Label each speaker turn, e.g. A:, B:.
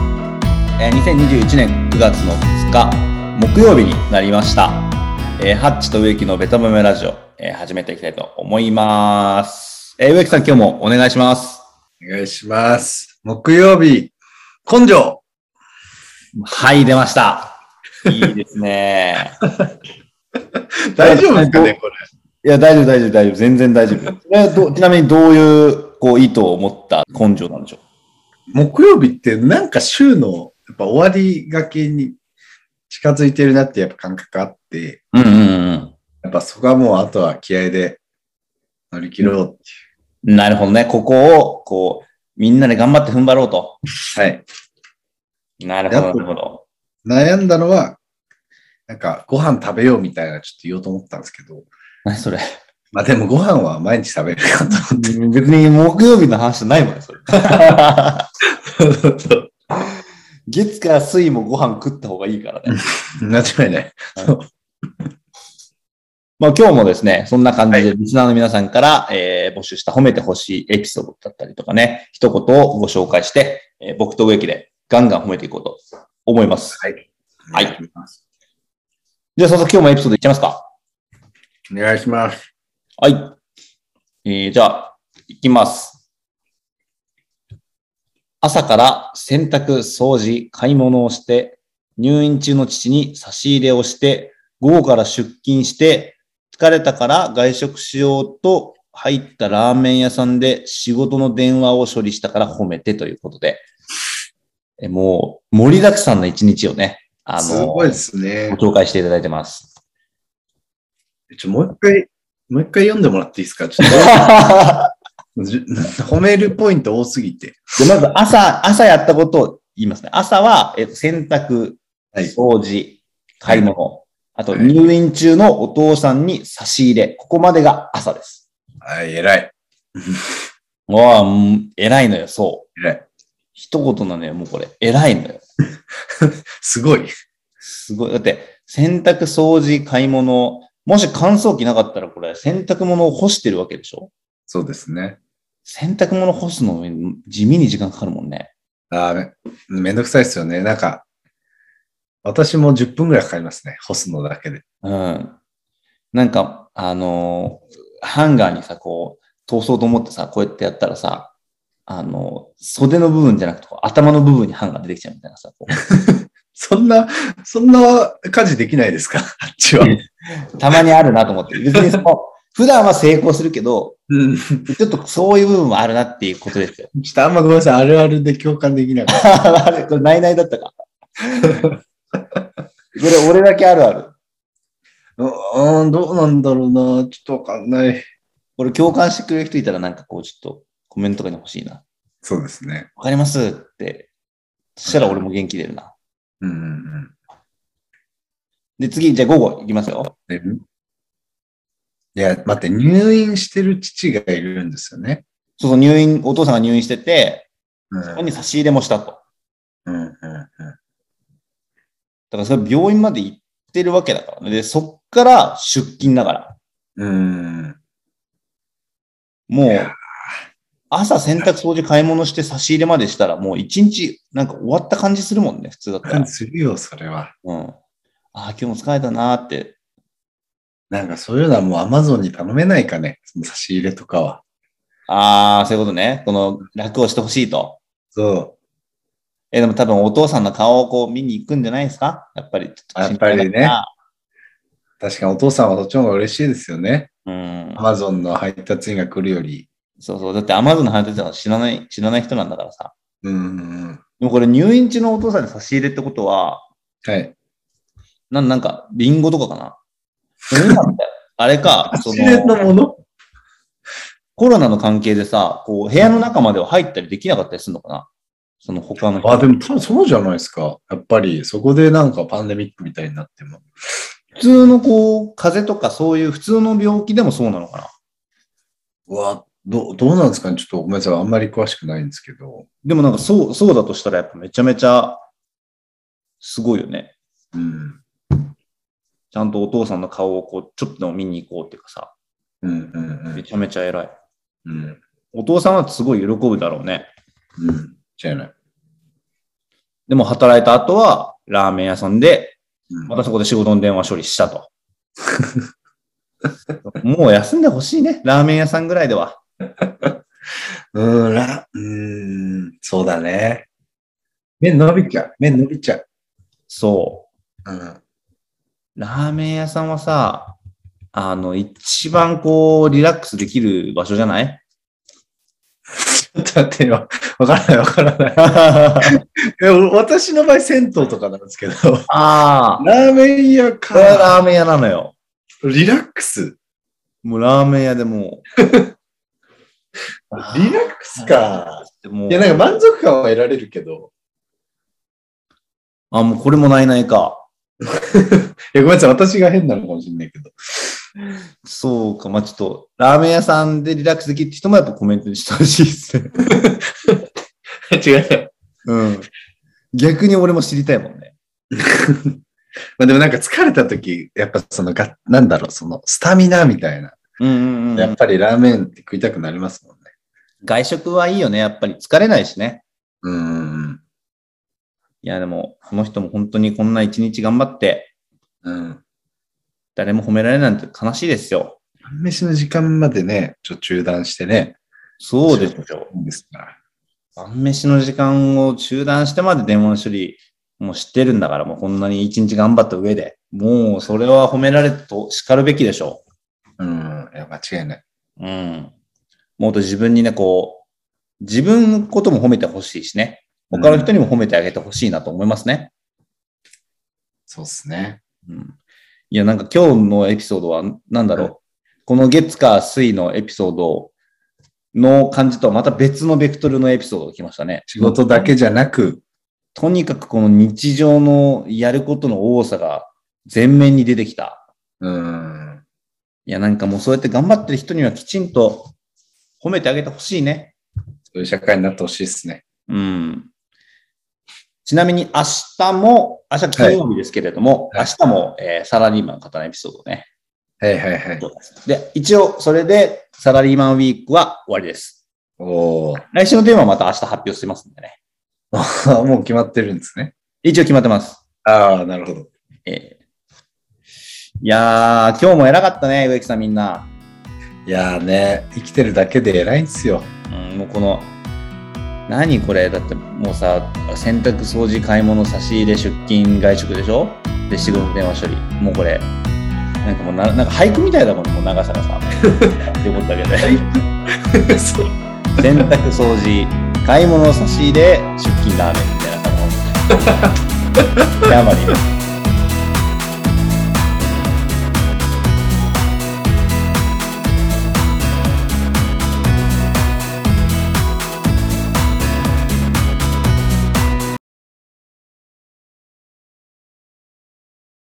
A: えー2021年9月の2日木曜日になりました、えーハッチと植木のベタ褒めラジオ、えー始めていきたいと思います、えー植木さん今日もお願いします
B: お願いします。木曜日、根性
A: はい出ましたいいですね
B: 大丈夫ですか
A: え
B: ね、これ。
A: いや大丈夫大丈夫大丈夫全然大丈夫それはどちなみにどういうこう意図を持った根性なんでしょう
B: 木曜日ってなんか週の、やっぱ終わりがけに近づいてるなってやっぱ感覚あって、
A: うんうん
B: やっぱそこはもうあとは気合で乗り切ろうって
A: う
B: い
A: んなるほどねここをこうみんなで頑張って踏ん張ろうと
B: う。はい。
A: なるほどなるほど
B: 悩んだのは、なんかご飯食べようみたいなちょっと言おうと思ったんですけど、
A: 何それ
B: まあでもご飯は毎日食べるかと思って。
A: 別に木曜日の話じゃないもんね、それ。月から水もご飯食った方がいいからね。
B: 間違いない。
A: まあ今日もですね、そんな感じでリスナーの皆さんから、えー募集した褒めてほしいエピソードだったりとかね、一言をご紹介して、えー僕と植木でガンガン褒めていこうと思います。
B: はい。
A: はい
B: お願いします。
A: じゃあ早速今日もエピソードいっちゃいますか。
B: お願いします。
A: はい。えーじゃあ、いきます。朝から洗濯、掃除、買い物をして、入院中の父に差し入れをして、午後から出勤して、疲れたから外食しようと入ったラーメン屋さんで仕事の電話を処理したから褒めてということで。えもう、盛りだくさんの一日をね、あ
B: す
A: の、
B: ごいですね。
A: ご紹介していただいて ます。
B: ちょ、もう一回、もう一回読んでもらっていいですかちょっ とじ褒めるポイント多すぎて。
A: で、まず朝、朝やったことを言いますね。朝は、えっと、洗濯、
B: はい
A: 掃除、買い物。あと、
B: はい
A: 入院中のお父さんに差し入れ。ここまでが朝です。
B: はい、偉い。
A: わあ、うん偉いのよ、そう。
B: 偉い。
A: 一言なのよ、もうこれ。偉いのよ。
B: すごい。
A: すごい。だって、洗濯、掃除、買い物。もし乾燥機なかったら、これ、洗濯物を干してるわけでしょ
B: そうですね。
A: 洗濯物干すの、地味に時間かかるもんね。
B: あーめめんどくさいですよね。なんか、私も10分ぐらいかかりますね。干すのだけで。
A: うん。なんか、あのーハンガーにさ、こう、通そうと思ってさ、こうやってやったらさ、あのー袖の部分じゃなくて、こう頭の部分にハンガー出てきちゃうみたいなさ、こう
B: そんな、そんな家事できないですか あっちは。
A: たまにあるなと思って。別にその、普段は成功するけど、
B: うん。
A: ちょっとそういう部分もあるなっていうこと ですよ。
B: ちょっとあんまごめんなさい。あるあるで共感できなかった。
A: あれ、これ、ないないだったか。これ、俺だけあるある。
B: うーん、どうなんだろうな。ちょっとわかんない。
A: これ、共感してくれる人いたら、なんかこう、ちょっと、コメントとかに欲しいな。
B: そうですね。
A: わかりますって。そしたら俺も元気出るな。
B: うんうん
A: で、次、じゃあ午後いきますよ。
B: うん。でいや、待って、入院してる父がいるんですよね。
A: そうそう、入院、お父さんが入院してて、
B: うん
A: そこに差し入れもしたと。だ
B: うんうんうん
A: からそれ病院まで行ってるわけだからね。で、そっから出勤だから。
B: うん。
A: も
B: いうやー、
A: 朝洗濯掃除買い物して差し入れまでしたら、もう一日なんか終わった感じするもんね、普通だったら。
B: するよ、それは。
A: うん。ああ、今日も疲れたなーって。
B: なんかそういうのはもうアマゾンに頼めないかね。その差し入れとかは。
A: ああ、そういうことね。この、楽をしてほしいと。
B: そ
A: え、でも多分お父さんの顔をこう見に行くんじゃないですかやっぱり。
B: やっぱりね
A: 心配だか
B: う。確かにお父さんはどっちの方が嬉しいですよね。
A: らうん
B: ア。マゾンの配達員が来るより。
A: そうそう。だってアマゾンの配達は知らない、知らない人なんだからさ。
B: うんうんうん。
A: でもこれ入院中のお父さんに差し入れってことは、
B: はい。
A: なんなんか、リンゴとかかな。でも今ってあれか、
B: 差
A: そ
B: し入れの
A: の、
B: もの
A: コロナの関係でさ、こう、部屋の中までは入ったりできなかったりするのかなその他の人。
B: あ、でも多分そうじゃないですか。やっぱりそこでなんかパンデミックみたいになっても。
A: 普通のこう、風邪とかそういう普通の病気でもそうなのかな
B: うわ、どうどうなんですかね。ちょっとごめんなさい。あんまり詳しくないんですけど。
A: でもなんかそう、そうだとしたらやっぱめちゃめちゃ、すごいよね。
B: うん。
A: ちゃんとお父さんの顔をこう、ちょっとでも見に行こうっていうかさ、
B: うんうんう
A: め
B: ん。
A: ちゃめちゃ偉い。
B: うん。
A: お父さんはすごい喜ぶだろうね。
B: うん。じゃない。
A: でも働いた後は、ラーメン屋さんで、
B: うん
A: またそこで仕事の電話処理した と。もう休んでほしいね。ラーメン屋さんぐらいでは。
B: うーん、ら、うーん、そうだね。目伸びちゃう。目伸びちゃう。
A: そ
B: うん。
A: う。ラーメン屋さんはさ、あの、一番こう、リラックスできる場所じゃない
B: ちょっと待ってよ。わからないわからない。
A: あ
B: え私の場合、銭湯とかなんですけど、
A: あ。
B: ラーメン屋
A: これは
B: か、
A: ラーメン屋なのよ。
B: リラックス。
A: もうラーメン屋でもう。
B: リラックスか。
A: でもう
B: いや、なんか満足感は得られるけど。
A: あ、もうこれもないないか。
B: いや、ごめんなさい。私が変なのかもしれないけど。
A: そうか、まあ、ちょっと、ラーメン屋さんでリラックスできるって人もやっぱコメントにしてほしいですね。
B: 違う。
A: うん。逆に俺も知りたいもんね。
B: まあでもなんか疲れた時、やっぱそのが、なんだろう、その、スタミナみたいな。
A: うんうん
B: やっぱりラーメンって食いたくなりますもんね。
A: 外食はいいよね、やっぱり。疲れないしね。
B: うーん。
A: いや、でも、この人も本当にこんな一日頑張って、
B: うん。
A: 誰も褒められないなんて悲しいですよ。
B: 晩飯の時間までね、ちょっと中断してね。
A: そうですよ。
B: いいんですから。
A: 晩飯の時間を中断してまで電話の処理、もう知ってるんだから、もうこんなに一日頑張った上で、もうそれは褒められると叱るべきでしょ
B: うん。いや、間違いない。
A: う。うん。もっと自分にね、こう、自分のことも褒めてほしいしね。他の人にも褒めてあげてほしいなと思いますね。
B: そうっすね。
A: うん。いや、なんか今日のエピソードは、なんだろう。この月火水のエピソードの感じとはまた別のベクトルのエピソードが来ましたね。
B: 仕事だけじゃなく、
A: とにかくこの日常のやることの多さが前面に出てきた。
B: うん。
A: いや、なんかもうそうやって頑張ってる人にはきちんと褒めてあげてほしいね。
B: そういう社会になってほしいですね。
A: うん。ちなみに明日も、明日金曜日ですけれども、
B: はいはい
A: 明日も、えーサラリーマンの方のエピソードをね。
B: はいはいはい。
A: で、一応それでサラリーマンウィークは終わりです。
B: おお。
A: 来週のテーマはまた明日発表してますんでね。
B: もう決まってるんですね。
A: 一応決まってます。
B: ああ、なるほど。
A: えーいやー、今日も偉かったね、植木さんみんな。
B: いやーね、生きてるだけで偉いんですよ。
A: う ん、もうこの何これだってもうさ洗濯掃除買い物差し入れ出勤外食でしょで仕事電話処理もうこれなんかもうななんか俳句みたいだもんもう長さがさ って思ったけど
B: そう。
A: 洗濯掃除買い物差し入れ出勤ラーメンみたいな感じ山に